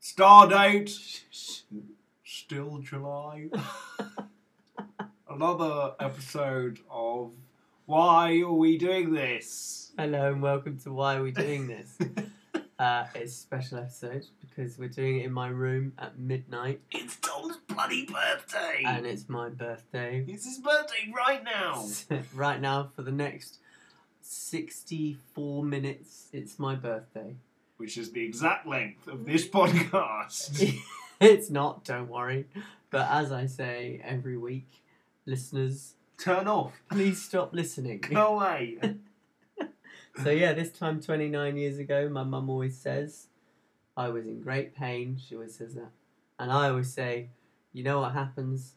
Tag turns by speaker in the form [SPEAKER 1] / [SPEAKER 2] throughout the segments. [SPEAKER 1] Star date still July. Another episode of Why Are We Doing This?
[SPEAKER 2] Hello and welcome to Why Are We Doing This? uh, it's a special episode because we're doing it in my room at midnight
[SPEAKER 1] It's Tom's bloody birthday!
[SPEAKER 2] and it's my birthday.
[SPEAKER 1] it's his birthday right now!
[SPEAKER 2] right now, for the next 64 minutes, it's my birthday.
[SPEAKER 1] Which is the exact length of this podcast.
[SPEAKER 2] it's not, don't worry. But as I say every week, listeners,
[SPEAKER 1] Turn off.
[SPEAKER 2] please stop listening.
[SPEAKER 1] Go away.
[SPEAKER 2] So yeah, this time 29 years ago, my mum always says, I was in great pain. She always says that. And I always say, you know what happens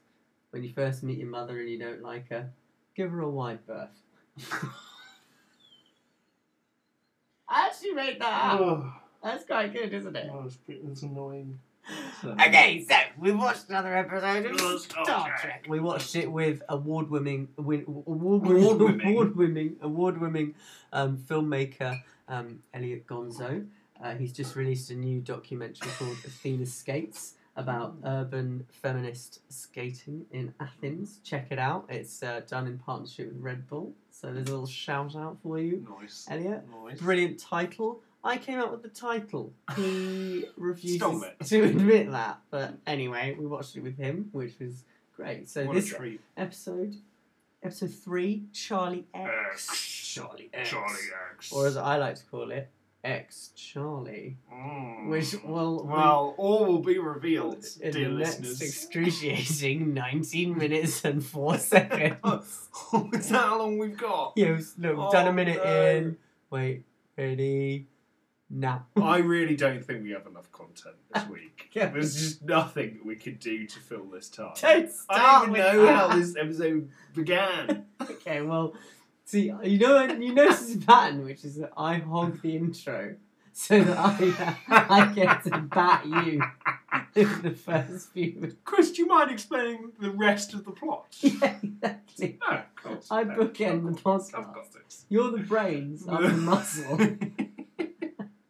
[SPEAKER 2] when you first meet your mother and you don't like her? Give her a wide berth. I actually made that up.
[SPEAKER 1] oh,
[SPEAKER 2] That's quite good, isn't it?
[SPEAKER 1] that's, pretty- that's annoying.
[SPEAKER 2] Okay, so we watched another episode
[SPEAKER 1] Oh,
[SPEAKER 2] of Star
[SPEAKER 1] Star
[SPEAKER 2] Trek.
[SPEAKER 1] Trek.
[SPEAKER 2] We watched it with award-winning, win, award-winning,
[SPEAKER 1] Award-winning.
[SPEAKER 2] award-winning, award-winning um, filmmaker um, Elliot Gonzo. Uh, he's just released a new documentary called Athena Skates about urban feminist skating in Athens. Check it out. It's uh, done in partnership with Red Bull. So there's a little shout out for you,
[SPEAKER 1] Nice.
[SPEAKER 2] Elliot.
[SPEAKER 1] Nice.
[SPEAKER 2] Brilliant title. I came up with the title. He refuses
[SPEAKER 1] Stole it.
[SPEAKER 2] to admit that. But anyway, we watched it with him, which was great. So
[SPEAKER 1] What a
[SPEAKER 2] this
[SPEAKER 1] treat.
[SPEAKER 2] episode, episode three, Charlie X.
[SPEAKER 1] X.
[SPEAKER 2] Charlie X.
[SPEAKER 1] Charlie X.
[SPEAKER 2] Or as I like to call it, X Charlie.
[SPEAKER 1] Mm.
[SPEAKER 2] Which will
[SPEAKER 1] Well, all will be revealed,
[SPEAKER 2] in
[SPEAKER 1] dear
[SPEAKER 2] the next
[SPEAKER 1] listeners.
[SPEAKER 2] excruciating 19 minutes and 4 seconds.
[SPEAKER 1] Oh, is that how long we've got?
[SPEAKER 2] yeah, was- no, we've done a minute in. Wait, ready? Now.
[SPEAKER 1] I really don't think we have enough content this week. There's just nothing we could do to fill this time.
[SPEAKER 2] Don't
[SPEAKER 1] I
[SPEAKER 2] start
[SPEAKER 1] don't
[SPEAKER 2] with
[SPEAKER 1] even know
[SPEAKER 2] that.
[SPEAKER 1] how this episode began.
[SPEAKER 2] Okay, well, see, you know, you notice a pattern, which is that I hog the intro so that I, I get to bat you in the first few. minutes.
[SPEAKER 1] Chris, do you mind explaining the rest of the plot?
[SPEAKER 2] Yeah, exactly.
[SPEAKER 1] No, of course.
[SPEAKER 2] I
[SPEAKER 1] no,
[SPEAKER 2] bookend the
[SPEAKER 1] I've got- I've
[SPEAKER 2] podcast.
[SPEAKER 1] got this.
[SPEAKER 2] You're the brains, I'm the muscle.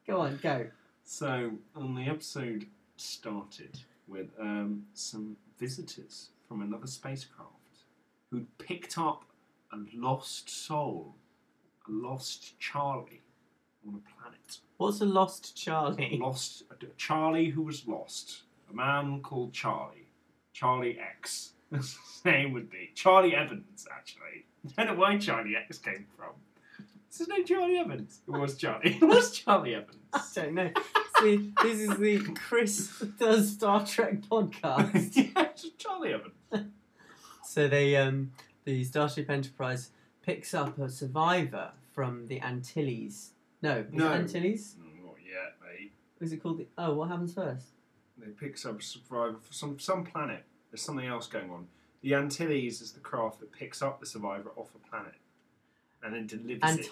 [SPEAKER 2] Go on, go.
[SPEAKER 1] so, on the episode started with um, some visitors from another spacecraft who'd picked up a lost soul, a lost Charlie, on a planet.
[SPEAKER 2] What's a lost Charlie?
[SPEAKER 1] lost Charlie who was lost. A man called Charlie. Charlie X. His name would be Charlie Evans, actually. I don't know where Charlie X came from. Is his name Charlie Evans? It was Charlie. It was Charlie
[SPEAKER 2] I
[SPEAKER 1] Evans.
[SPEAKER 2] don't know. See, this is the Chris Does Star Trek podcast.
[SPEAKER 1] yeah, it's Charlie Evans.
[SPEAKER 2] So they, um, the Starship Enterprise picks up a survivor from the Antilles. No, is it
[SPEAKER 1] No.
[SPEAKER 2] Antilles?
[SPEAKER 1] Mm, Not yet, mate.
[SPEAKER 2] Is it called the? Oh, what happens first?
[SPEAKER 1] They pick up a survivor for some, some planet. There's something else going on. The Antilles is the craft that picks up the survivor off a planet and then delivers it.
[SPEAKER 2] Antares.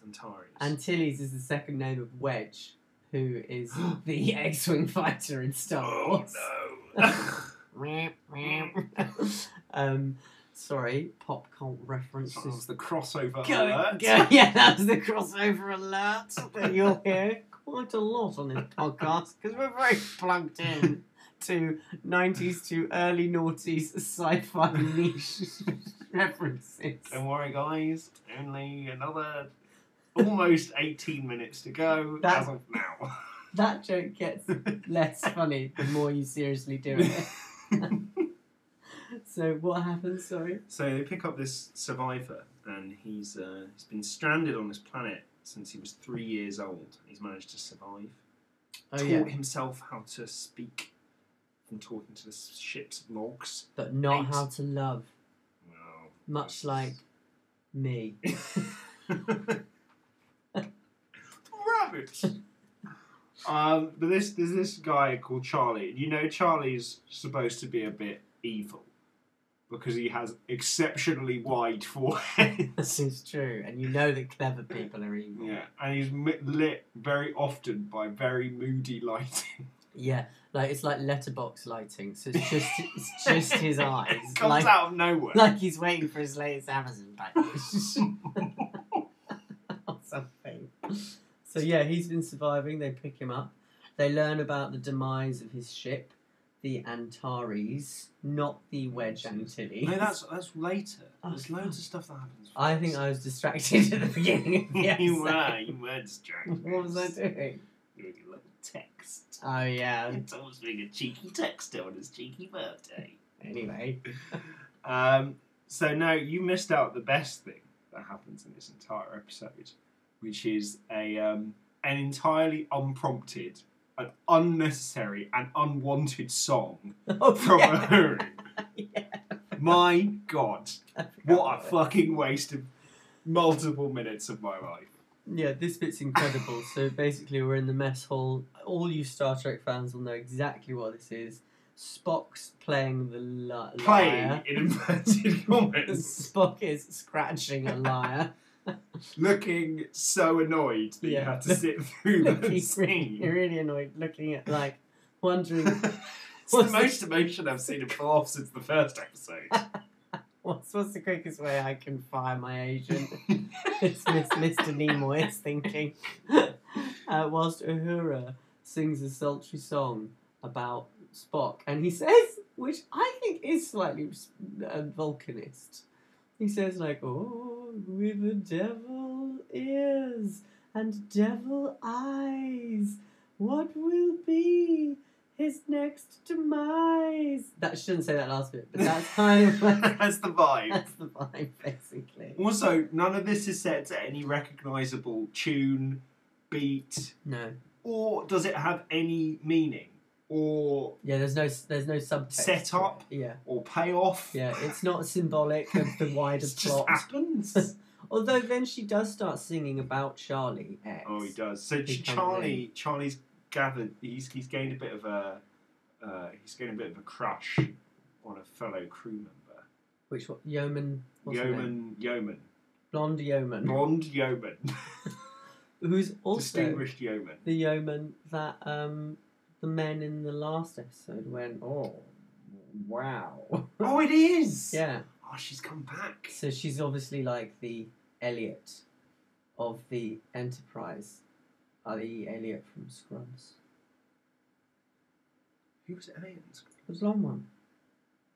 [SPEAKER 1] to- Antares.
[SPEAKER 2] Antilles is the second name of Wedge, who is the X-wing fighter in Star Wars.
[SPEAKER 1] Oh, no.
[SPEAKER 2] um, sorry, pop cult
[SPEAKER 1] That was
[SPEAKER 2] references.
[SPEAKER 1] the crossover
[SPEAKER 2] Go,
[SPEAKER 1] alert.
[SPEAKER 2] go, yeah, that was the crossover alert that you'll hear quite a lot on this podcast because we're very plugged in to 90s to early noughties sci fi niche references.
[SPEAKER 1] Don't worry, guys. Only another almost 18 minutes to go
[SPEAKER 2] That-
[SPEAKER 1] as of now.
[SPEAKER 2] That joke gets less funny the more you seriously do it. so, what happens? Sorry.
[SPEAKER 1] so they pick up this survivor, and he's uh, he's been stranded on this planet since he was three years old. He's managed to survive.
[SPEAKER 2] Oh,
[SPEAKER 1] Taught
[SPEAKER 2] yeah.
[SPEAKER 1] himself how to speak from talking to the ship's logs.
[SPEAKER 2] But not
[SPEAKER 1] Eight.
[SPEAKER 2] how to love,
[SPEAKER 1] Well,
[SPEAKER 2] much like me.
[SPEAKER 1] Rabbits. um, but this there's this guy called Charlie. You know, Charlie's supposed to be a bit evil because he has exceptionally wide forehead.
[SPEAKER 2] This is true, and you know that clever people are evil.
[SPEAKER 1] yeah, and he's mi- lit very often by very moody lighting.
[SPEAKER 2] Yeah, like it's like letterbox lighting, so it's just it's just his eyes,
[SPEAKER 1] it comes
[SPEAKER 2] like
[SPEAKER 1] out of nowhere.
[SPEAKER 2] like he's waiting for his latest Amazon package or something. So yeah, he's been surviving. They pick him up. They learn about the demise of his ship, the Antares, not the Wedge Antilles.
[SPEAKER 1] No, that's that's later.
[SPEAKER 2] Oh,
[SPEAKER 1] There's loads of stuff that happens.
[SPEAKER 2] I think I was distracted at the beginning of the episode.
[SPEAKER 1] you were, you were distracted.
[SPEAKER 2] What was I doing?
[SPEAKER 1] You were your little text.
[SPEAKER 2] Oh yeah.
[SPEAKER 1] It's almost being a cheeky text on his cheeky birthday.
[SPEAKER 2] Anyway,
[SPEAKER 1] Um, so no, you missed out the best thing that happens in this entire episode, which is a um, an entirely unprompted, an unnecessary, and unwanted song
[SPEAKER 2] oh,
[SPEAKER 1] from
[SPEAKER 2] yeah.
[SPEAKER 1] Uhuru. My God, what a fucking waste of multiple minutes of my life.
[SPEAKER 2] Yeah, this bit's incredible. so basically, we're in the mess hall. All you Star Trek fans will know exactly what this is. Spock's playing the li-
[SPEAKER 1] Playing
[SPEAKER 2] liar.
[SPEAKER 1] in inverted commas,
[SPEAKER 2] Spock is scratching a liar.
[SPEAKER 1] looking so annoyed that you
[SPEAKER 2] Yeah.
[SPEAKER 1] had to sit through
[SPEAKER 2] looking
[SPEAKER 1] the
[SPEAKER 2] really,
[SPEAKER 1] scene.
[SPEAKER 2] really annoyed, looking at like wondering
[SPEAKER 1] It's the most emotion I've seen in Pilaf since the first episode.
[SPEAKER 2] what's what's the quickest way I can fire my agent. it's Miss Mr. Nimoy is thinking. uh, whilst Uhura sings a sultry song about Spock, and he says, which I think is slightly uh, Vulcanist. He says like, "Oh, with the devil ears and devil eyes, what will be his next demise?" That shouldn't say that last bit, but that's kind of like
[SPEAKER 1] That's the vibe.
[SPEAKER 2] that's the vibe, basically.
[SPEAKER 1] Also, none of this is set to any recognisable tune, beat,
[SPEAKER 2] No,
[SPEAKER 1] or does it have any meaning or
[SPEAKER 2] yeah, there's no there's no subtext. to
[SPEAKER 1] Set
[SPEAKER 2] it.
[SPEAKER 1] up.
[SPEAKER 2] Yeah,
[SPEAKER 1] or payoff?
[SPEAKER 2] yeah, it's not symbolic of the wider
[SPEAKER 1] It just
[SPEAKER 2] plot.
[SPEAKER 1] happens.
[SPEAKER 2] Although then she does start singing about Charlie X.
[SPEAKER 1] oh, he does. So
[SPEAKER 2] He
[SPEAKER 1] Ch-
[SPEAKER 2] comes
[SPEAKER 1] Charlie, Charlie's gathered. He's he's gained a bit of a uh, he's gained a bit of a crush on a fellow crew member,
[SPEAKER 2] Which what yeoman? What's her name?
[SPEAKER 1] yeoman, yeoman,
[SPEAKER 2] Blonde yeoman.
[SPEAKER 1] blonde yeoman,
[SPEAKER 2] Who's also
[SPEAKER 1] distinguished yeoman.
[SPEAKER 2] the yeoman that um the men in the last episode went oh wow
[SPEAKER 1] Oh, it is.
[SPEAKER 2] yeah.
[SPEAKER 1] Oh, she's come back.
[SPEAKER 2] So she's obviously like the Elliot of the Enterprise, i.e. Elliot from Scrubs.
[SPEAKER 1] Who was Elliot's?
[SPEAKER 2] The blonde one,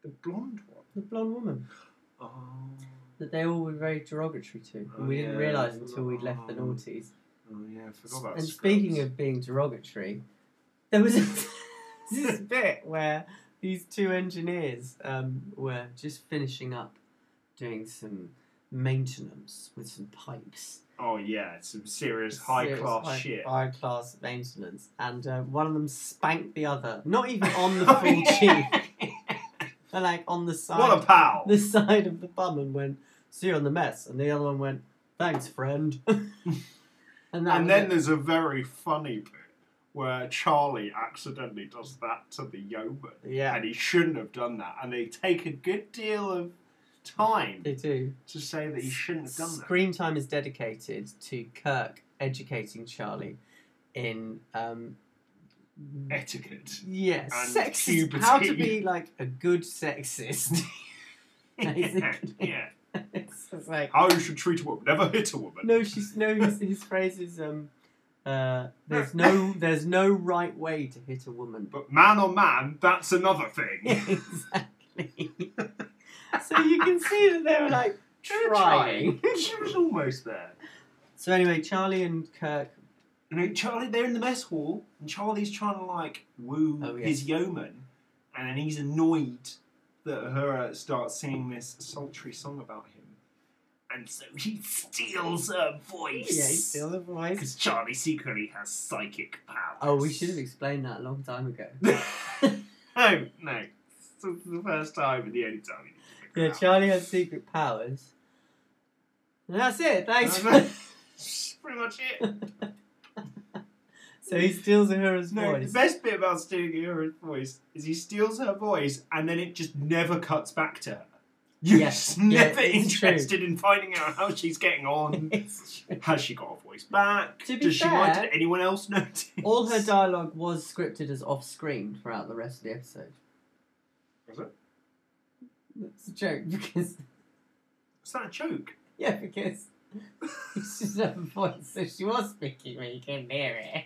[SPEAKER 1] The blonde one.
[SPEAKER 2] the blonde woman.
[SPEAKER 1] Oh.
[SPEAKER 2] that they all were very derogatory to,
[SPEAKER 1] Oh,
[SPEAKER 2] and we didn't
[SPEAKER 1] yeah,
[SPEAKER 2] realise
[SPEAKER 1] I
[SPEAKER 2] until we'd left the
[SPEAKER 1] forgot.
[SPEAKER 2] noughties.
[SPEAKER 1] Oh yeah, I forgot about.
[SPEAKER 2] and
[SPEAKER 1] Scrubs.
[SPEAKER 2] speaking of being derogatory, there was this bit where these two engineers um, were just finishing up doing some maintenance with some pipes.
[SPEAKER 1] oh yeah, some serious high class shit.
[SPEAKER 2] High class maintenance. And uh, one of them spanked the other, not even on the
[SPEAKER 1] Oh,
[SPEAKER 2] full
[SPEAKER 1] yeah.
[SPEAKER 2] cheek, but like on the side
[SPEAKER 1] What a pal!
[SPEAKER 2] the side of the bum and went, "See you on the mess," and the other one went, "Thanks, friend." and that
[SPEAKER 1] and
[SPEAKER 2] was
[SPEAKER 1] then
[SPEAKER 2] it.
[SPEAKER 1] there's a very funny bit where Charlie accidentally does that to the yeoman,
[SPEAKER 2] yeah,
[SPEAKER 1] and he shouldn't have done that. And they take a good deal of time
[SPEAKER 2] they do.
[SPEAKER 1] to say that he shouldn't have done that.
[SPEAKER 2] Screen time is dedicated to Kirk educating Charlie in um,
[SPEAKER 1] Etiquette.
[SPEAKER 2] yeah,
[SPEAKER 1] And
[SPEAKER 2] sexist.
[SPEAKER 1] puberty.
[SPEAKER 2] How to be like a good sexist.
[SPEAKER 1] yeah,
[SPEAKER 2] Basically.
[SPEAKER 1] yeah.
[SPEAKER 2] it's just like
[SPEAKER 1] How you should treat a woman. Never hit a woman.
[SPEAKER 2] no, she's no. His, his phrase is um. Uh, there's no, there's no right way to hit a woman,
[SPEAKER 1] But man on man, that's another thing.
[SPEAKER 2] exactly. so you can see that they were like trying.
[SPEAKER 1] she was almost there.
[SPEAKER 2] So anyway, Charlie and Kirk.
[SPEAKER 1] You know, Charlie, they're in the mess hall, and Charlie's trying to like woo
[SPEAKER 2] Oh, yeah.
[SPEAKER 1] his yeoman, and then he's annoyed that Uhura starts singing this sultry song about him, and so he steals her voice.
[SPEAKER 2] Yeah, he's still the voice.
[SPEAKER 1] because Charlie secretly has psychic powers.
[SPEAKER 2] Oh, we should have explained that a long time ago.
[SPEAKER 1] no, no, it's the first time and the only time. you
[SPEAKER 2] Yeah,
[SPEAKER 1] need to figure
[SPEAKER 2] Charlie has secret powers. And that's it. Thanks.
[SPEAKER 1] it out. That's pretty much it.
[SPEAKER 2] so he steals Uhura's
[SPEAKER 1] No,
[SPEAKER 2] voice.
[SPEAKER 1] the best bit about stealing her voice is he steals her voice and then it just never cuts back to her. You're
[SPEAKER 2] Yes,
[SPEAKER 1] just
[SPEAKER 2] yeah,
[SPEAKER 1] never
[SPEAKER 2] it's
[SPEAKER 1] interested in finding out how she's getting on.
[SPEAKER 2] It's true.
[SPEAKER 1] Has she got her voice back?
[SPEAKER 2] To be
[SPEAKER 1] Does she mind?
[SPEAKER 2] fair,
[SPEAKER 1] Did anyone else notice?
[SPEAKER 2] All her dialogue was scripted as off-screen throughout the rest of the episode.
[SPEAKER 1] Was it?
[SPEAKER 2] That's a joke because
[SPEAKER 1] Is that a joke?
[SPEAKER 2] Yeah, because she doesn't have a voice, so she was speaking when you couldn't hear it.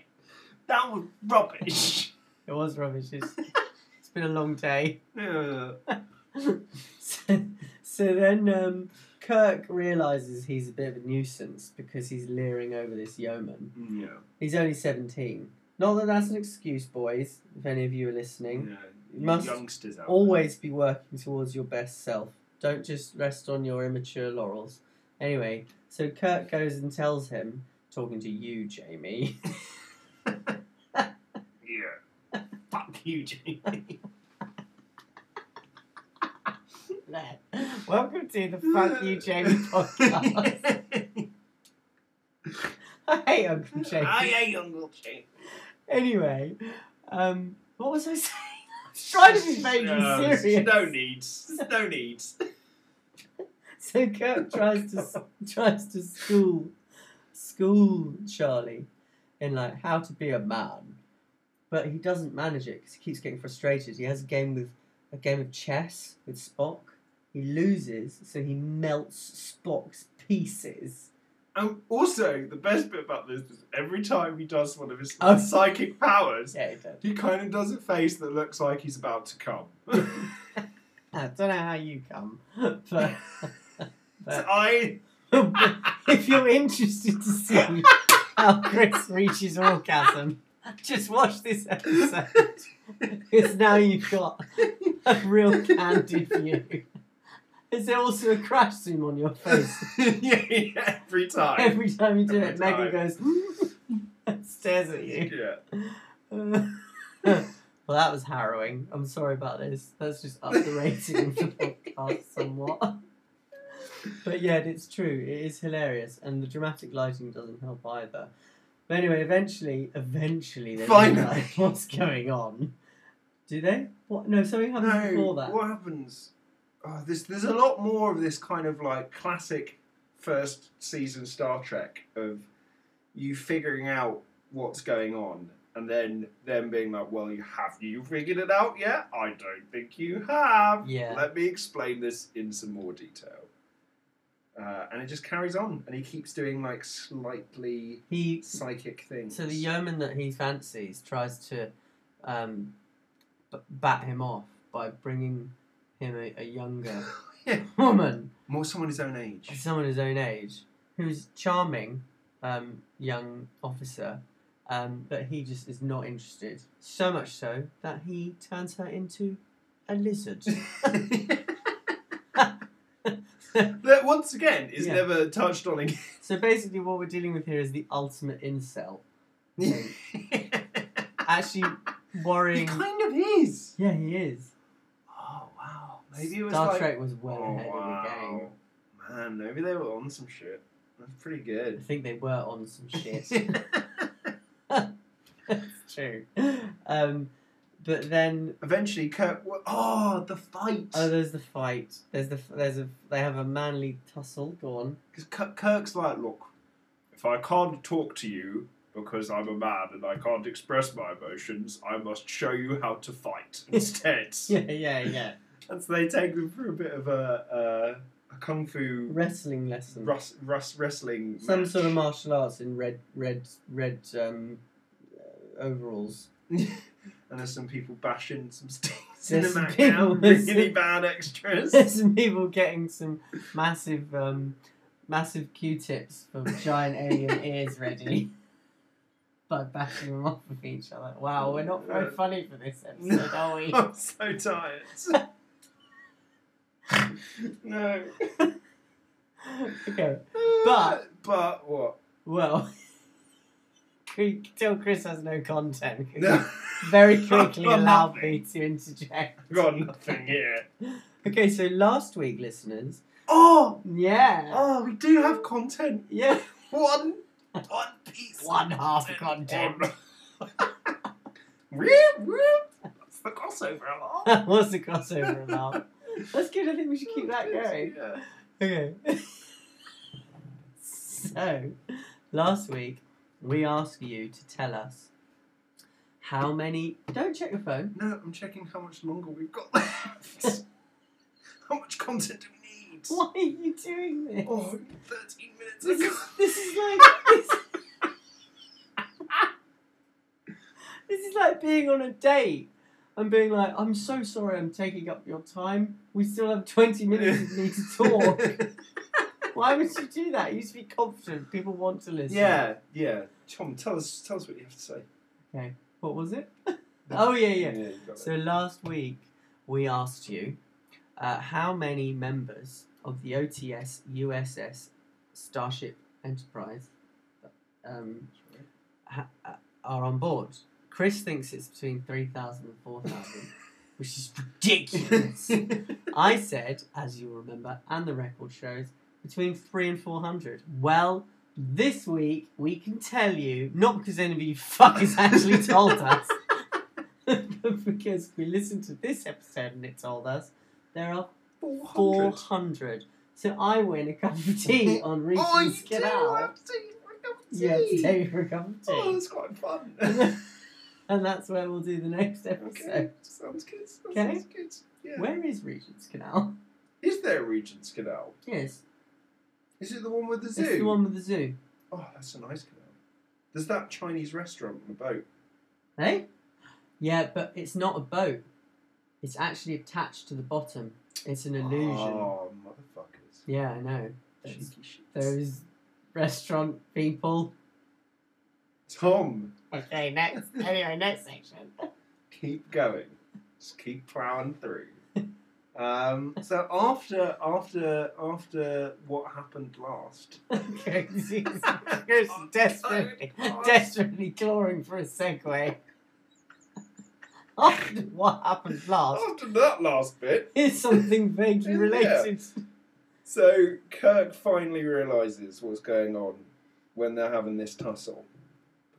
[SPEAKER 1] That was rubbish.
[SPEAKER 2] It was rubbish. It's, it's been a long day.
[SPEAKER 1] yeah.
[SPEAKER 2] So, so then um, Kirk realizes he's a bit of a nuisance because he's leering over this yeoman.
[SPEAKER 1] Yeah.
[SPEAKER 2] He's only 17. Not that that's an excuse, boys, if any of you are listening.
[SPEAKER 1] yeah.
[SPEAKER 2] You must
[SPEAKER 1] youngsters out
[SPEAKER 2] Always be working towards your best self. Don't just rest on your immature laurels. Anyway, so Kirk goes and tells him, talking to you, Jamie.
[SPEAKER 1] there. Yeah. Fuck you, Jamie.
[SPEAKER 2] Welcome to the Fuck You Jamie podcast. I hate Uncle Jamie.
[SPEAKER 1] I hate Uncle Jamie.
[SPEAKER 2] Anyway, um, what was I saying? I was trying to be vaguely
[SPEAKER 1] No, there's
[SPEAKER 2] serious.
[SPEAKER 1] uh, No needs. There's No needs.
[SPEAKER 2] So Kirk tries to tries to school school Charlie in like how to be a man, but he doesn't manage it because he keeps getting frustrated. He has a game with a game of chess with Spock. He loses, so he melts Spock's pieces.
[SPEAKER 1] And also, the best bit about this is every time he does one of his
[SPEAKER 2] Oh.
[SPEAKER 1] psychic powers,
[SPEAKER 2] Yeah, he does.
[SPEAKER 1] he kind of does a face that looks like he's about to come.
[SPEAKER 2] I don't know how you come, but,
[SPEAKER 1] So
[SPEAKER 2] but
[SPEAKER 1] I
[SPEAKER 2] if you're interested to see how Chris reaches orgasm, just watch this episode. Because now you've got a real candid view. Is there also a crash zoom on your face?
[SPEAKER 1] yeah, yeah, every time.
[SPEAKER 2] Every time you do
[SPEAKER 1] Every
[SPEAKER 2] it, Megan goes and stares at you.
[SPEAKER 1] yeah.
[SPEAKER 2] well, that was harrowing. I'm sorry about this. That's just up the rating of the podcast somewhat. But yeah, it's true. It is hilarious, and the dramatic lighting doesn't help either. But anyway, eventually, eventually, they
[SPEAKER 1] Finally.
[SPEAKER 2] realise what's going on. Do they? What? No, something happens before that.
[SPEAKER 1] what happens? Oh, there's there's a lot more of this kind of like classic first season Star Trek of you figuring out what's going on and then them being like, well, you have you figured it out yet? I don't think you have.
[SPEAKER 2] Yeah.
[SPEAKER 1] Let me explain this in some more detail. Uh, and it just carries on, and he keeps doing like slightly
[SPEAKER 2] He
[SPEAKER 1] psychic things.
[SPEAKER 2] so the yeoman that he fancies tries to um, b- bat him off by bringing him a, a younger
[SPEAKER 1] Yeah.
[SPEAKER 2] woman.
[SPEAKER 1] more someone his own age.
[SPEAKER 2] someone his own age who's charming um, young officer um, but he just is not interested so much so that he turns her into a lizard
[SPEAKER 1] that once again is
[SPEAKER 2] Yeah.
[SPEAKER 1] never touched on again.
[SPEAKER 2] so basically what we're dealing with here is the ultimate incel thing.
[SPEAKER 1] he
[SPEAKER 2] actually worrying
[SPEAKER 1] kind of is.
[SPEAKER 2] yeah he is
[SPEAKER 1] Oh wow, maybe it was
[SPEAKER 2] Star
[SPEAKER 1] like
[SPEAKER 2] Trek was well
[SPEAKER 1] oh
[SPEAKER 2] ahead of the game
[SPEAKER 1] wow, man, maybe they were on some shit. That's pretty
[SPEAKER 2] I
[SPEAKER 1] good.
[SPEAKER 2] think they were on some shit it's true um, but then
[SPEAKER 1] Eventually, Kirk. wa- Oh, the fight.
[SPEAKER 2] Oh, there's the fight. There's the there's a they have a manly tussle. Go on.
[SPEAKER 1] Because Kirk's like, look, if I can't talk to you because I'm a man and I can't express my emotions, I must show you how to fight instead.
[SPEAKER 2] Yeah, yeah, yeah.
[SPEAKER 1] And so they take them for a bit of a, uh, a kung fu
[SPEAKER 2] Wrestling lesson.
[SPEAKER 1] rus- rus- wrestling.
[SPEAKER 2] Some sort of
[SPEAKER 1] match.
[SPEAKER 2] martial arts in red red red um, uh, overalls.
[SPEAKER 1] and there's some people bashing some sticks in
[SPEAKER 2] There's
[SPEAKER 1] the
[SPEAKER 2] some
[SPEAKER 1] background,
[SPEAKER 2] people-
[SPEAKER 1] really bad extras.
[SPEAKER 2] There's some people getting some massive um, massive Q-tips for giant alien ears ready by bashing them off of each other. Wow, we're not very funny for this episode, are we?
[SPEAKER 1] I'm so tired. no.
[SPEAKER 2] okay. But-
[SPEAKER 1] but what?
[SPEAKER 2] Well, you can tell Chris has no content. 'cause
[SPEAKER 1] No,
[SPEAKER 2] very quickly
[SPEAKER 1] Got
[SPEAKER 2] allowed
[SPEAKER 1] nothing.
[SPEAKER 2] me to interject.
[SPEAKER 1] I've got nothing here.
[SPEAKER 2] Okay, so last week, listeners,
[SPEAKER 1] Oh,
[SPEAKER 2] yeah,
[SPEAKER 1] oh, we do have content.
[SPEAKER 2] yeah,
[SPEAKER 1] One, one piece.
[SPEAKER 2] one
[SPEAKER 1] of
[SPEAKER 2] half content.
[SPEAKER 1] Whoop, whoop. That's the crossover alarm.
[SPEAKER 2] That was the crossover amount. That's good. I think we should keep that going.
[SPEAKER 1] Yeah.
[SPEAKER 2] Okay. so, last week we asked you to tell us how many. Don't check your phone.
[SPEAKER 1] No, I'm checking how much longer we've got left. how much content do we need?
[SPEAKER 2] Why are you doing this?
[SPEAKER 1] Oh, 13 minutes
[SPEAKER 2] This
[SPEAKER 1] ago.
[SPEAKER 2] is, this is like. This is like being on a date and being like, I'm so sorry I'm taking up your time. We still have 20 minutes of me to talk. Why would you do that? You should be confident. People want to listen.
[SPEAKER 1] yeah, yeah. Tom, tell us, tell us what you have to say.
[SPEAKER 2] What was it? oh, yeah, yeah.
[SPEAKER 1] you got
[SPEAKER 2] So last week we asked you uh, how many members of the OTS USS Starship Enterprise um,
[SPEAKER 1] it.
[SPEAKER 2] ha- uh, are on board. Chris thinks it's between 3,000 and 4,000, which is ridiculous. I said, as you remember, and the record shows, between three and 400. Well, this week we can tell you, not because any of you fuckers actually told us, but because we listened to this episode and it told us there are
[SPEAKER 1] 400.
[SPEAKER 2] 400. So I win a cup of tea on Reese's
[SPEAKER 1] Oh, you
[SPEAKER 2] Get
[SPEAKER 1] do
[SPEAKER 2] Out.
[SPEAKER 1] have to for a cup of
[SPEAKER 2] Yeah,
[SPEAKER 1] tea.
[SPEAKER 2] today for a cup of tea.
[SPEAKER 1] Oh, that's quite fun.
[SPEAKER 2] and that's where we'll do the next episode.
[SPEAKER 1] okay, sounds good. That
[SPEAKER 2] Okay.
[SPEAKER 1] sounds good. Yeah.
[SPEAKER 2] Where is Regent's Canal?
[SPEAKER 1] Is there a Regent's Canal?
[SPEAKER 2] Yes,
[SPEAKER 1] Is it the one with the zoo?
[SPEAKER 2] it's the one with the zoo.
[SPEAKER 1] Oh, that's a nice canal. There's that Chinese restaurant on the boat.
[SPEAKER 2] Hey? Eh? Yeah, but it's not a boat. It's actually attached to the bottom. It's an illusion.
[SPEAKER 1] Oh, motherfuckers.
[SPEAKER 2] Yeah, I know. Those,
[SPEAKER 1] Cheeky shit.
[SPEAKER 2] those restaurant people.
[SPEAKER 1] Tom,
[SPEAKER 2] Okay, next. anyway, next section.
[SPEAKER 1] keep going. Just keep plowing through. Um, so after after after what happened last,
[SPEAKER 2] Okay, Jesus. Chris is desperately, desperately clawing for a segue. After what happened last,
[SPEAKER 1] after that last bit,
[SPEAKER 2] here's something vaguely
[SPEAKER 1] Yeah.
[SPEAKER 2] related.
[SPEAKER 1] So Kirk finally realizes what's going on when they're having this tussle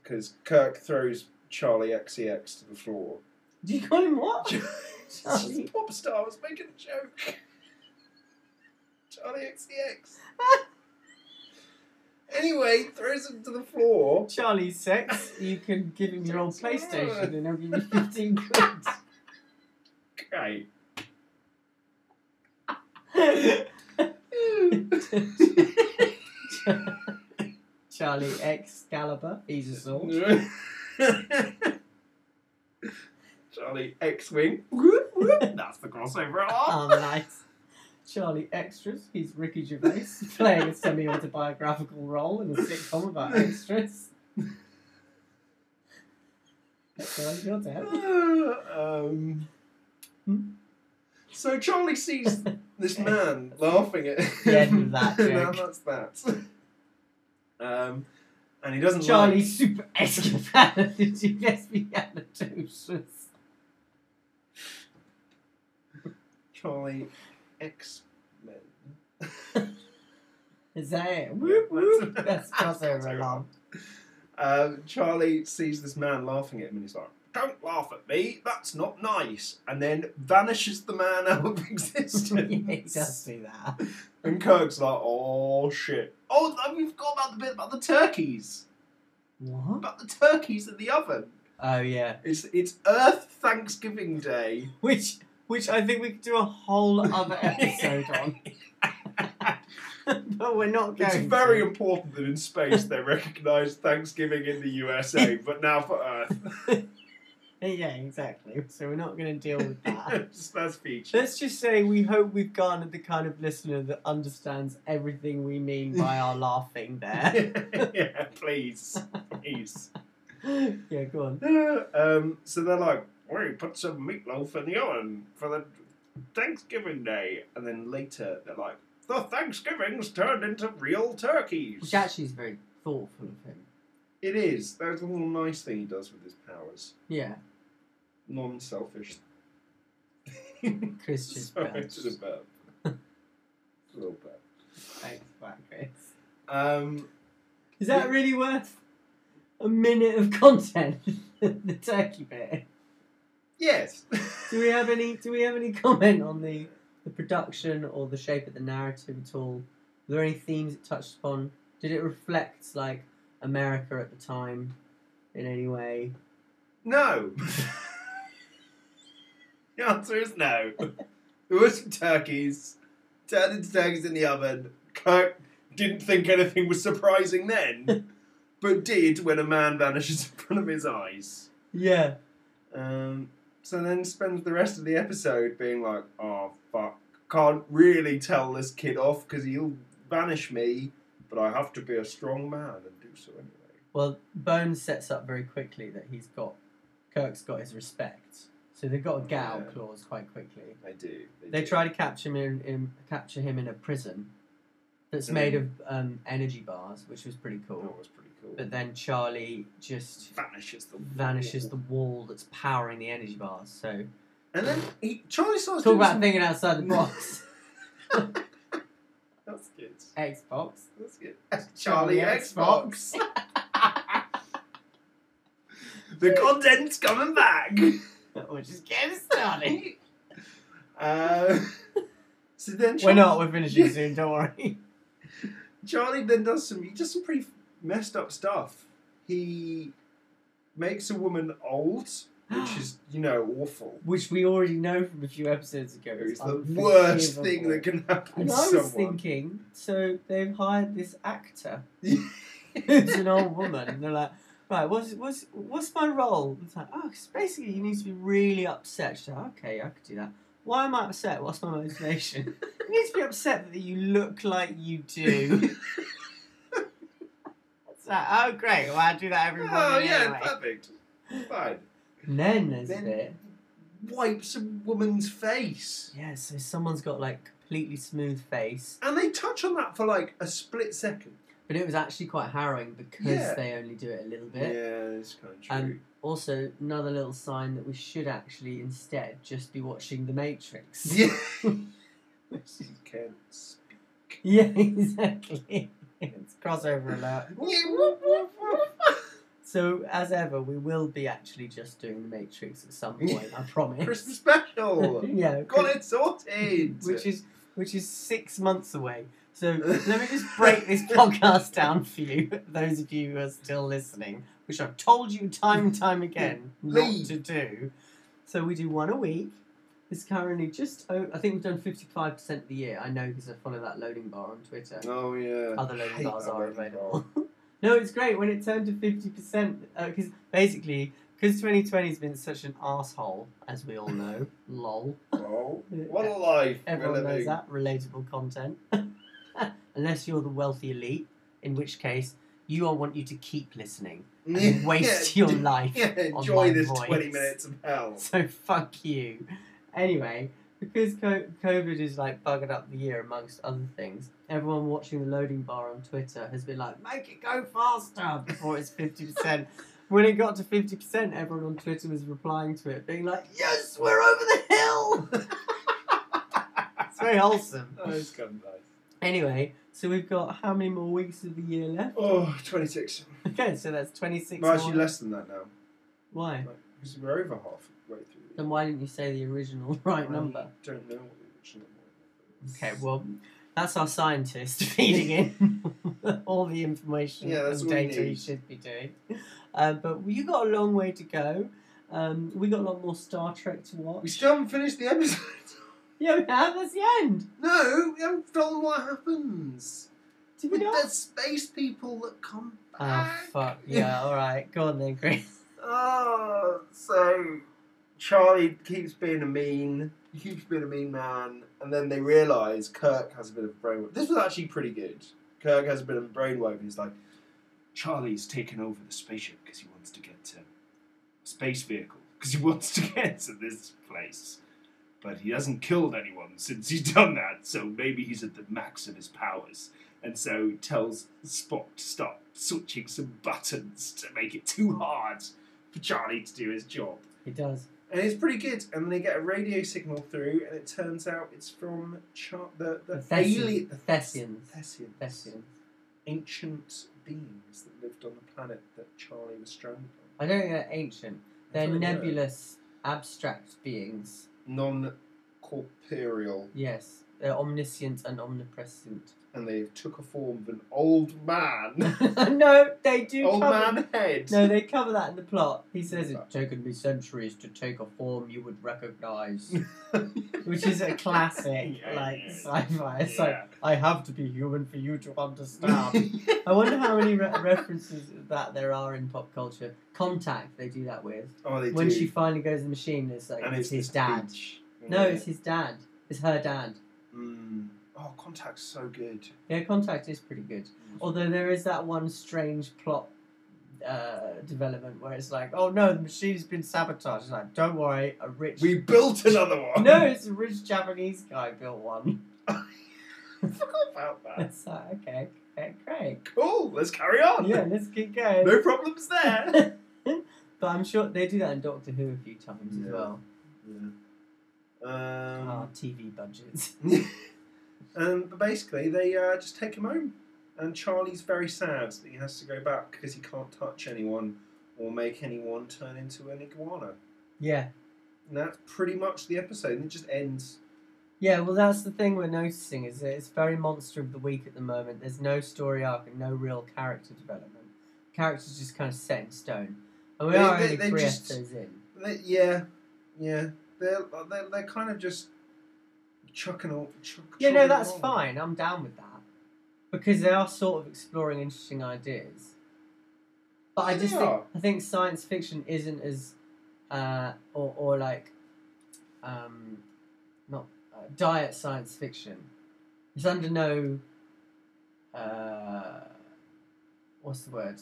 [SPEAKER 1] because Kirk throws Charlie XCX to the floor.
[SPEAKER 2] Do you call him what?
[SPEAKER 1] It's just a pop star was making a joke. Charlie E XCX. anyway, throws him to the floor.
[SPEAKER 2] Charlie Sex, you can give him your old PlayStation and I'll give you 15
[SPEAKER 1] Great.
[SPEAKER 2] quid. Charlie Excalibur, he's a sword.
[SPEAKER 1] Charlie X Wing. That's the crossover.
[SPEAKER 2] Oh, nice. Charlie Extras, he's Ricky Gervais, playing a semi autobiographical role in a sitcom about extras. That's your turn.
[SPEAKER 1] um,
[SPEAKER 2] Hmm?
[SPEAKER 1] so Charlie sees this man laughing at him.
[SPEAKER 2] The end of that
[SPEAKER 1] And now
[SPEAKER 2] joke.
[SPEAKER 1] that's that. Um, and he doesn't
[SPEAKER 2] Charlie Super Escapade, did you guess me anatosis?
[SPEAKER 1] like Charlie X Men.
[SPEAKER 2] Is that it? Whoop, whoop. That's crossover alarm.
[SPEAKER 1] Um, Charlie sees this man laughing at him and he's like, Don't laugh at me, that's not nice. And then vanishes the man out of
[SPEAKER 2] yeah,
[SPEAKER 1] existence.
[SPEAKER 2] it does do that.
[SPEAKER 1] And Kirk's like, Oh shit. Oh, we forgot about the bit about the turkeys.
[SPEAKER 2] What?
[SPEAKER 1] About the turkeys in the oven.
[SPEAKER 2] Oh yeah.
[SPEAKER 1] It's it's Earth Thanksgiving Day.
[SPEAKER 2] Which which I think we could do a whole other episode on. but we're not going
[SPEAKER 1] It's very
[SPEAKER 2] to.
[SPEAKER 1] important that in space they recognise Thanksgiving in the USA, but now for Earth.
[SPEAKER 2] Yeah, exactly. So we're not gonna deal with that.
[SPEAKER 1] It's- That's feature.
[SPEAKER 2] Let's just say we hope we've garnered the kind of listener that understands everything we mean by our laughing there.
[SPEAKER 1] yeah, please. Please.
[SPEAKER 2] yeah, go on.
[SPEAKER 1] um, so they're like, we put some meatloaf in the oven for the Thanksgiving Day. And then later they're like, the Thanksgiving's turned into real turkeys.
[SPEAKER 2] Which actually is very thoughtful of him.
[SPEAKER 1] it is. That's a little nice thing he does with his powers.
[SPEAKER 2] Yeah,
[SPEAKER 1] Non selfish
[SPEAKER 2] Chris just
[SPEAKER 1] Sorry,
[SPEAKER 2] belched.
[SPEAKER 1] it's a burp. a little burp.
[SPEAKER 2] Thanks for that, Chris.
[SPEAKER 1] Um,
[SPEAKER 2] Is that really worth a minute of content? the turkey bit.
[SPEAKER 1] yes.
[SPEAKER 2] Do we have any? Do we have any comment on the the production or the shape of the narrative at all? Were there any themes it touched upon? Did it reflect like America at the time in any way?
[SPEAKER 1] no. the answer is no. There were some turkeys. Turned into turkeys in the oven. Kirk didn't think anything was surprising then, but did when a man vanishes in front of his eyes.
[SPEAKER 2] Yeah.
[SPEAKER 1] Um, so then spends the rest of the episode being like, oh, fuck. Can't really tell this kid off because he'll banish me, but I have to be a strong man and do so anyway.
[SPEAKER 2] Well, Bones sets up very quickly that he's got Kirk's got his respect, so they've got a gal
[SPEAKER 1] Yeah.
[SPEAKER 2] clause quite quickly.
[SPEAKER 1] They do.
[SPEAKER 2] They
[SPEAKER 1] do.
[SPEAKER 2] try to capture him in, in capture him in a prison that's made of um, energy bars, which was pretty cool.
[SPEAKER 1] Oh, That was pretty cool.
[SPEAKER 2] But then Charlie just
[SPEAKER 1] vanishes the
[SPEAKER 2] vanishes the wall that's powering the energy bars. So
[SPEAKER 1] And then he Charlie starts
[SPEAKER 2] talk
[SPEAKER 1] doing
[SPEAKER 2] about
[SPEAKER 1] some-
[SPEAKER 2] thinking outside the box.
[SPEAKER 1] That's good.
[SPEAKER 2] Xbox.
[SPEAKER 1] That's good. Charlie Xbox. the content's coming back.
[SPEAKER 2] We're just getting started.
[SPEAKER 1] Uh, so then
[SPEAKER 2] We're
[SPEAKER 1] Charlie,
[SPEAKER 2] not. We're finishing soon. Don't worry.
[SPEAKER 1] Charlie then does some he does some pretty messed up stuff. He makes a woman old, which is you know awful.
[SPEAKER 2] Which we already know from a few episodes ago.
[SPEAKER 1] It's the
[SPEAKER 2] unforgivable.
[SPEAKER 1] worst thing that can happen
[SPEAKER 2] And
[SPEAKER 1] to
[SPEAKER 2] I was
[SPEAKER 1] someone.
[SPEAKER 2] thinking, so they've hired this actor who's an old woman, and they're like, right, what's what's what's my role? It's like, oh, it's basically you need to be really upset. She's like, okay, I could do that. Why am I upset? What's my motivation? you need to be upset that you look like you do. it's like, oh great, well I do that every morning.
[SPEAKER 1] oh yeah,
[SPEAKER 2] anyway.
[SPEAKER 1] perfect. Fine.
[SPEAKER 2] And then there's
[SPEAKER 1] Then-
[SPEAKER 2] a bit.
[SPEAKER 1] Wipes a woman's face.
[SPEAKER 2] Yeah, so someone's got like completely smooth face.
[SPEAKER 1] And they touch on that for like a split second.
[SPEAKER 2] But it was actually quite harrowing because
[SPEAKER 1] Yeah.
[SPEAKER 2] they only do it a little
[SPEAKER 1] Yeah,
[SPEAKER 2] bit.
[SPEAKER 1] it's kind of true.
[SPEAKER 2] Um, Also, another little sign that we should actually instead just be watching The Matrix.
[SPEAKER 1] yeah. Kids.
[SPEAKER 2] Yeah, exactly. it's crossover alert. So, as ever, we will be actually just doing The Matrix at some point, I promise.
[SPEAKER 1] Christmas special.
[SPEAKER 2] yeah.
[SPEAKER 1] Got it sorted.
[SPEAKER 2] Which is which is six months away. So let me just break this podcast down for you, those of you who are still listening, which I've told you time and time again not
[SPEAKER 1] Leave.
[SPEAKER 2] to do. So we do one a week. It's currently just, oh, I think we've done 55% of the year. I know because I follow that loading bar on Twitter.
[SPEAKER 1] Oh yeah.
[SPEAKER 2] Other
[SPEAKER 1] I
[SPEAKER 2] loading
[SPEAKER 1] hate
[SPEAKER 2] bars
[SPEAKER 1] that
[SPEAKER 2] are
[SPEAKER 1] loading bar.
[SPEAKER 2] available. no, it's great when it turned to 50%, because basically, because 2020 has been such an asshole, as we all know, lol.
[SPEAKER 1] Oh, what a life
[SPEAKER 2] Everyone
[SPEAKER 1] we're living.
[SPEAKER 2] knows that relatable content. Unless you're the wealthy elite, in which case you I want you to keep listening and
[SPEAKER 1] Yeah,
[SPEAKER 2] waste
[SPEAKER 1] yeah,
[SPEAKER 2] your
[SPEAKER 1] d-
[SPEAKER 2] life.
[SPEAKER 1] Yeah,
[SPEAKER 2] on
[SPEAKER 1] enjoy
[SPEAKER 2] my
[SPEAKER 1] this
[SPEAKER 2] voice.
[SPEAKER 1] twenty minutes of hell.
[SPEAKER 2] So fuck you. Anyway, because co- COVID is like buggered up the year amongst other things, everyone watching the loading bar on Twitter has been like, make it go faster before it's fifty percent. When it got to fifty percent, everyone on Twitter was replying to it, being like, "Yes, we're over the hill." it's very wholesome.
[SPEAKER 1] Oh, it's kind of nice.
[SPEAKER 2] Anyway, so we've got how many more weeks of the year left?
[SPEAKER 1] Oh, 26.
[SPEAKER 2] Okay, so that's 26
[SPEAKER 1] Well, actually,
[SPEAKER 2] more.
[SPEAKER 1] less than that now.
[SPEAKER 2] Why?
[SPEAKER 1] Because we're over half way through.
[SPEAKER 2] Then why didn't you say the original right number?
[SPEAKER 1] I don't know what the original one is.
[SPEAKER 2] Okay, well, that's our scientist feeding in all the information
[SPEAKER 1] Yeah, that's
[SPEAKER 2] and
[SPEAKER 1] what we
[SPEAKER 2] data he
[SPEAKER 1] need.
[SPEAKER 2] should be doing. Uh, but you got a long way to go. Um, we got a lot more Star Trek to
[SPEAKER 1] We
[SPEAKER 2] watch.
[SPEAKER 1] still haven't finished the episode.
[SPEAKER 2] Yeah, we have. That's the end.
[SPEAKER 1] No, we haven't filmed what happens.
[SPEAKER 2] Did we
[SPEAKER 1] With
[SPEAKER 2] not?
[SPEAKER 1] the space people that come
[SPEAKER 2] Oh,
[SPEAKER 1] back.
[SPEAKER 2] fuck. Yeah, all right. Go on then, Chris.
[SPEAKER 3] Ah,
[SPEAKER 1] Oh, so Charlie keeps being a mean. He keeps being a mean man, and then they realise Kirk has a bit of a brainwave. This was actually pretty good. Kirk has a bit of a brainwave. He's like,
[SPEAKER 3] Charlie's taken over the spaceship because he wants to get to space vehicle because he wants to get to this place. But he hasn't killed anyone since he's done that, so maybe he's at the max of his powers. And so tells Spock to start switching some buttons to make it too hard for Charlie to do his job.
[SPEAKER 2] He does.
[SPEAKER 1] and it's pretty good. And they get a radio signal through, and it turns out it's from Char- the the alien
[SPEAKER 2] Thessians.
[SPEAKER 1] the
[SPEAKER 2] Thessians.
[SPEAKER 1] Thessians.
[SPEAKER 2] Thessians.
[SPEAKER 1] ancient beings that lived on the planet that Charlie was stranded on.
[SPEAKER 2] I don't think they're ancient. They're nebulous, abstract beings.
[SPEAKER 1] Non corporeal
[SPEAKER 2] Yes. They're omniscient and omnipresent.
[SPEAKER 1] and they took a form of an old man.
[SPEAKER 2] no, they do
[SPEAKER 1] old
[SPEAKER 2] cover.
[SPEAKER 1] Oh, man head.
[SPEAKER 2] No, they cover that in the plot. He says it's taken me centuries to take a form you would recognise, which is a classic
[SPEAKER 4] Yeah,
[SPEAKER 2] like
[SPEAKER 4] yeah.
[SPEAKER 2] sci-fi. It's like
[SPEAKER 4] yeah.
[SPEAKER 2] I have to be human for you to understand. I wonder how many re- references of that there are in pop culture. Contact, they do that with.
[SPEAKER 1] oh, they
[SPEAKER 2] When
[SPEAKER 1] do.
[SPEAKER 2] she finally goes in the machine, it's like
[SPEAKER 1] and
[SPEAKER 2] it's
[SPEAKER 1] it's
[SPEAKER 2] his
[SPEAKER 1] the
[SPEAKER 2] dad.
[SPEAKER 1] speech.
[SPEAKER 2] No,
[SPEAKER 1] Yeah.
[SPEAKER 2] it's his dad. It's her dad.
[SPEAKER 1] Mm. Oh, contact's so good.
[SPEAKER 2] Yeah, Contact is pretty good.
[SPEAKER 1] Mm-hmm.
[SPEAKER 2] Although there is that one strange plot uh, development where it's like, oh no, the machine's been sabotaged. It's like, don't worry, a rich.
[SPEAKER 1] We built another one.
[SPEAKER 2] no, it's a rich Japanese guy built one.
[SPEAKER 1] I forgot about that.
[SPEAKER 2] It's like, okay, okay, great.
[SPEAKER 1] Cool. Let's carry on.
[SPEAKER 2] Yeah, let's keep going.
[SPEAKER 1] No problems there.
[SPEAKER 2] but I'm sure they do that in Doctor Who a few times as
[SPEAKER 1] Yeah.
[SPEAKER 2] well. Ah,
[SPEAKER 1] Um,
[SPEAKER 2] TV budgets.
[SPEAKER 1] um, but basically, they uh, just take him home, and Charlie's very sad that he has to go back because he can't touch anyone or make anyone turn into an iguana.
[SPEAKER 2] Yeah.
[SPEAKER 1] And that's pretty much the episode. And it just ends.
[SPEAKER 2] Yeah, well, that's the thing we're noticing is that it's very monster of the week at the moment. There's no story arc and no real character development. Characters just kind of set in stone, and we
[SPEAKER 1] They-
[SPEAKER 2] are
[SPEAKER 1] they-
[SPEAKER 2] only
[SPEAKER 1] they
[SPEAKER 2] three
[SPEAKER 1] just-
[SPEAKER 2] episodes in.
[SPEAKER 1] They, yeah, yeah. They're, they're they're kind of just chucking all. Chuck,
[SPEAKER 2] Yeah, no,
[SPEAKER 1] chugging
[SPEAKER 2] that's
[SPEAKER 1] along.
[SPEAKER 2] fine. I'm down with that because they are sort of exploring interesting ideas. But I
[SPEAKER 1] Yeah, they
[SPEAKER 2] just think
[SPEAKER 1] are.
[SPEAKER 2] I think science fiction isn't as, uh, or or like, um, not uh, diet science fiction. It's under no. Uh, what's the word?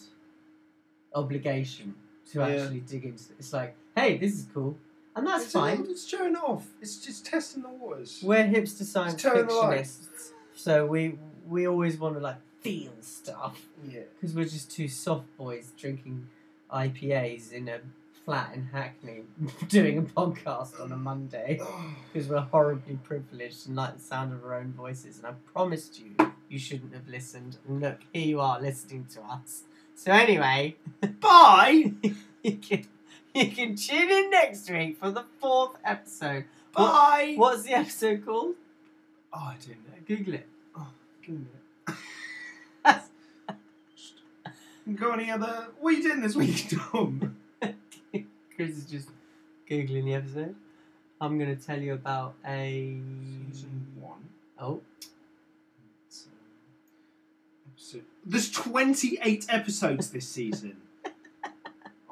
[SPEAKER 2] Obligation to
[SPEAKER 1] Yeah.
[SPEAKER 2] actually dig into. It's like, hey, this is cool, and that's
[SPEAKER 1] it's
[SPEAKER 2] fine.
[SPEAKER 1] It's showing off. It's just testing the waters.
[SPEAKER 2] We're hipster science
[SPEAKER 1] turn the lights.
[SPEAKER 2] fictionists, so we we always want to like feel stuff
[SPEAKER 1] Yeah.
[SPEAKER 2] because we're just two soft boys drinking IPAs in a flat in Hackney, doing a podcast on a Monday
[SPEAKER 1] Oh,
[SPEAKER 2] because we're horribly privileged and like the sound of our own voices. And I promised you, you shouldn't have listened. And look, here you are listening to us. So anyway, bye. you can you can tune in next week for the fourth episode.
[SPEAKER 1] bye.
[SPEAKER 2] What's the episode called?
[SPEAKER 1] Oh, I don't know.
[SPEAKER 2] Google it.
[SPEAKER 1] Give me that. Got any other? What are you doing this week, Tom?
[SPEAKER 2] Chris is just googling the episode. I'm gonna tell you about a
[SPEAKER 1] Season one.
[SPEAKER 2] oh
[SPEAKER 1] So, episode- There's 28 episodes this season.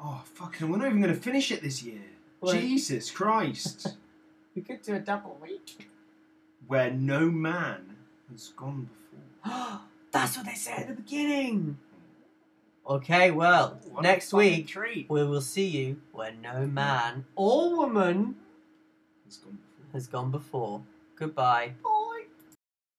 [SPEAKER 1] oh fucking! We're not even going to finish it this year.
[SPEAKER 2] Well-
[SPEAKER 1] Jesus Christ!
[SPEAKER 2] we could do a double week.
[SPEAKER 1] Where no man has gone before.
[SPEAKER 2] That's what they said at the beginning. Okay, well
[SPEAKER 1] What a
[SPEAKER 2] next
[SPEAKER 1] fucking
[SPEAKER 2] week
[SPEAKER 1] treat.
[SPEAKER 2] we will see you where no man or woman
[SPEAKER 1] Has gone
[SPEAKER 2] has gone before. Goodbye.
[SPEAKER 1] before.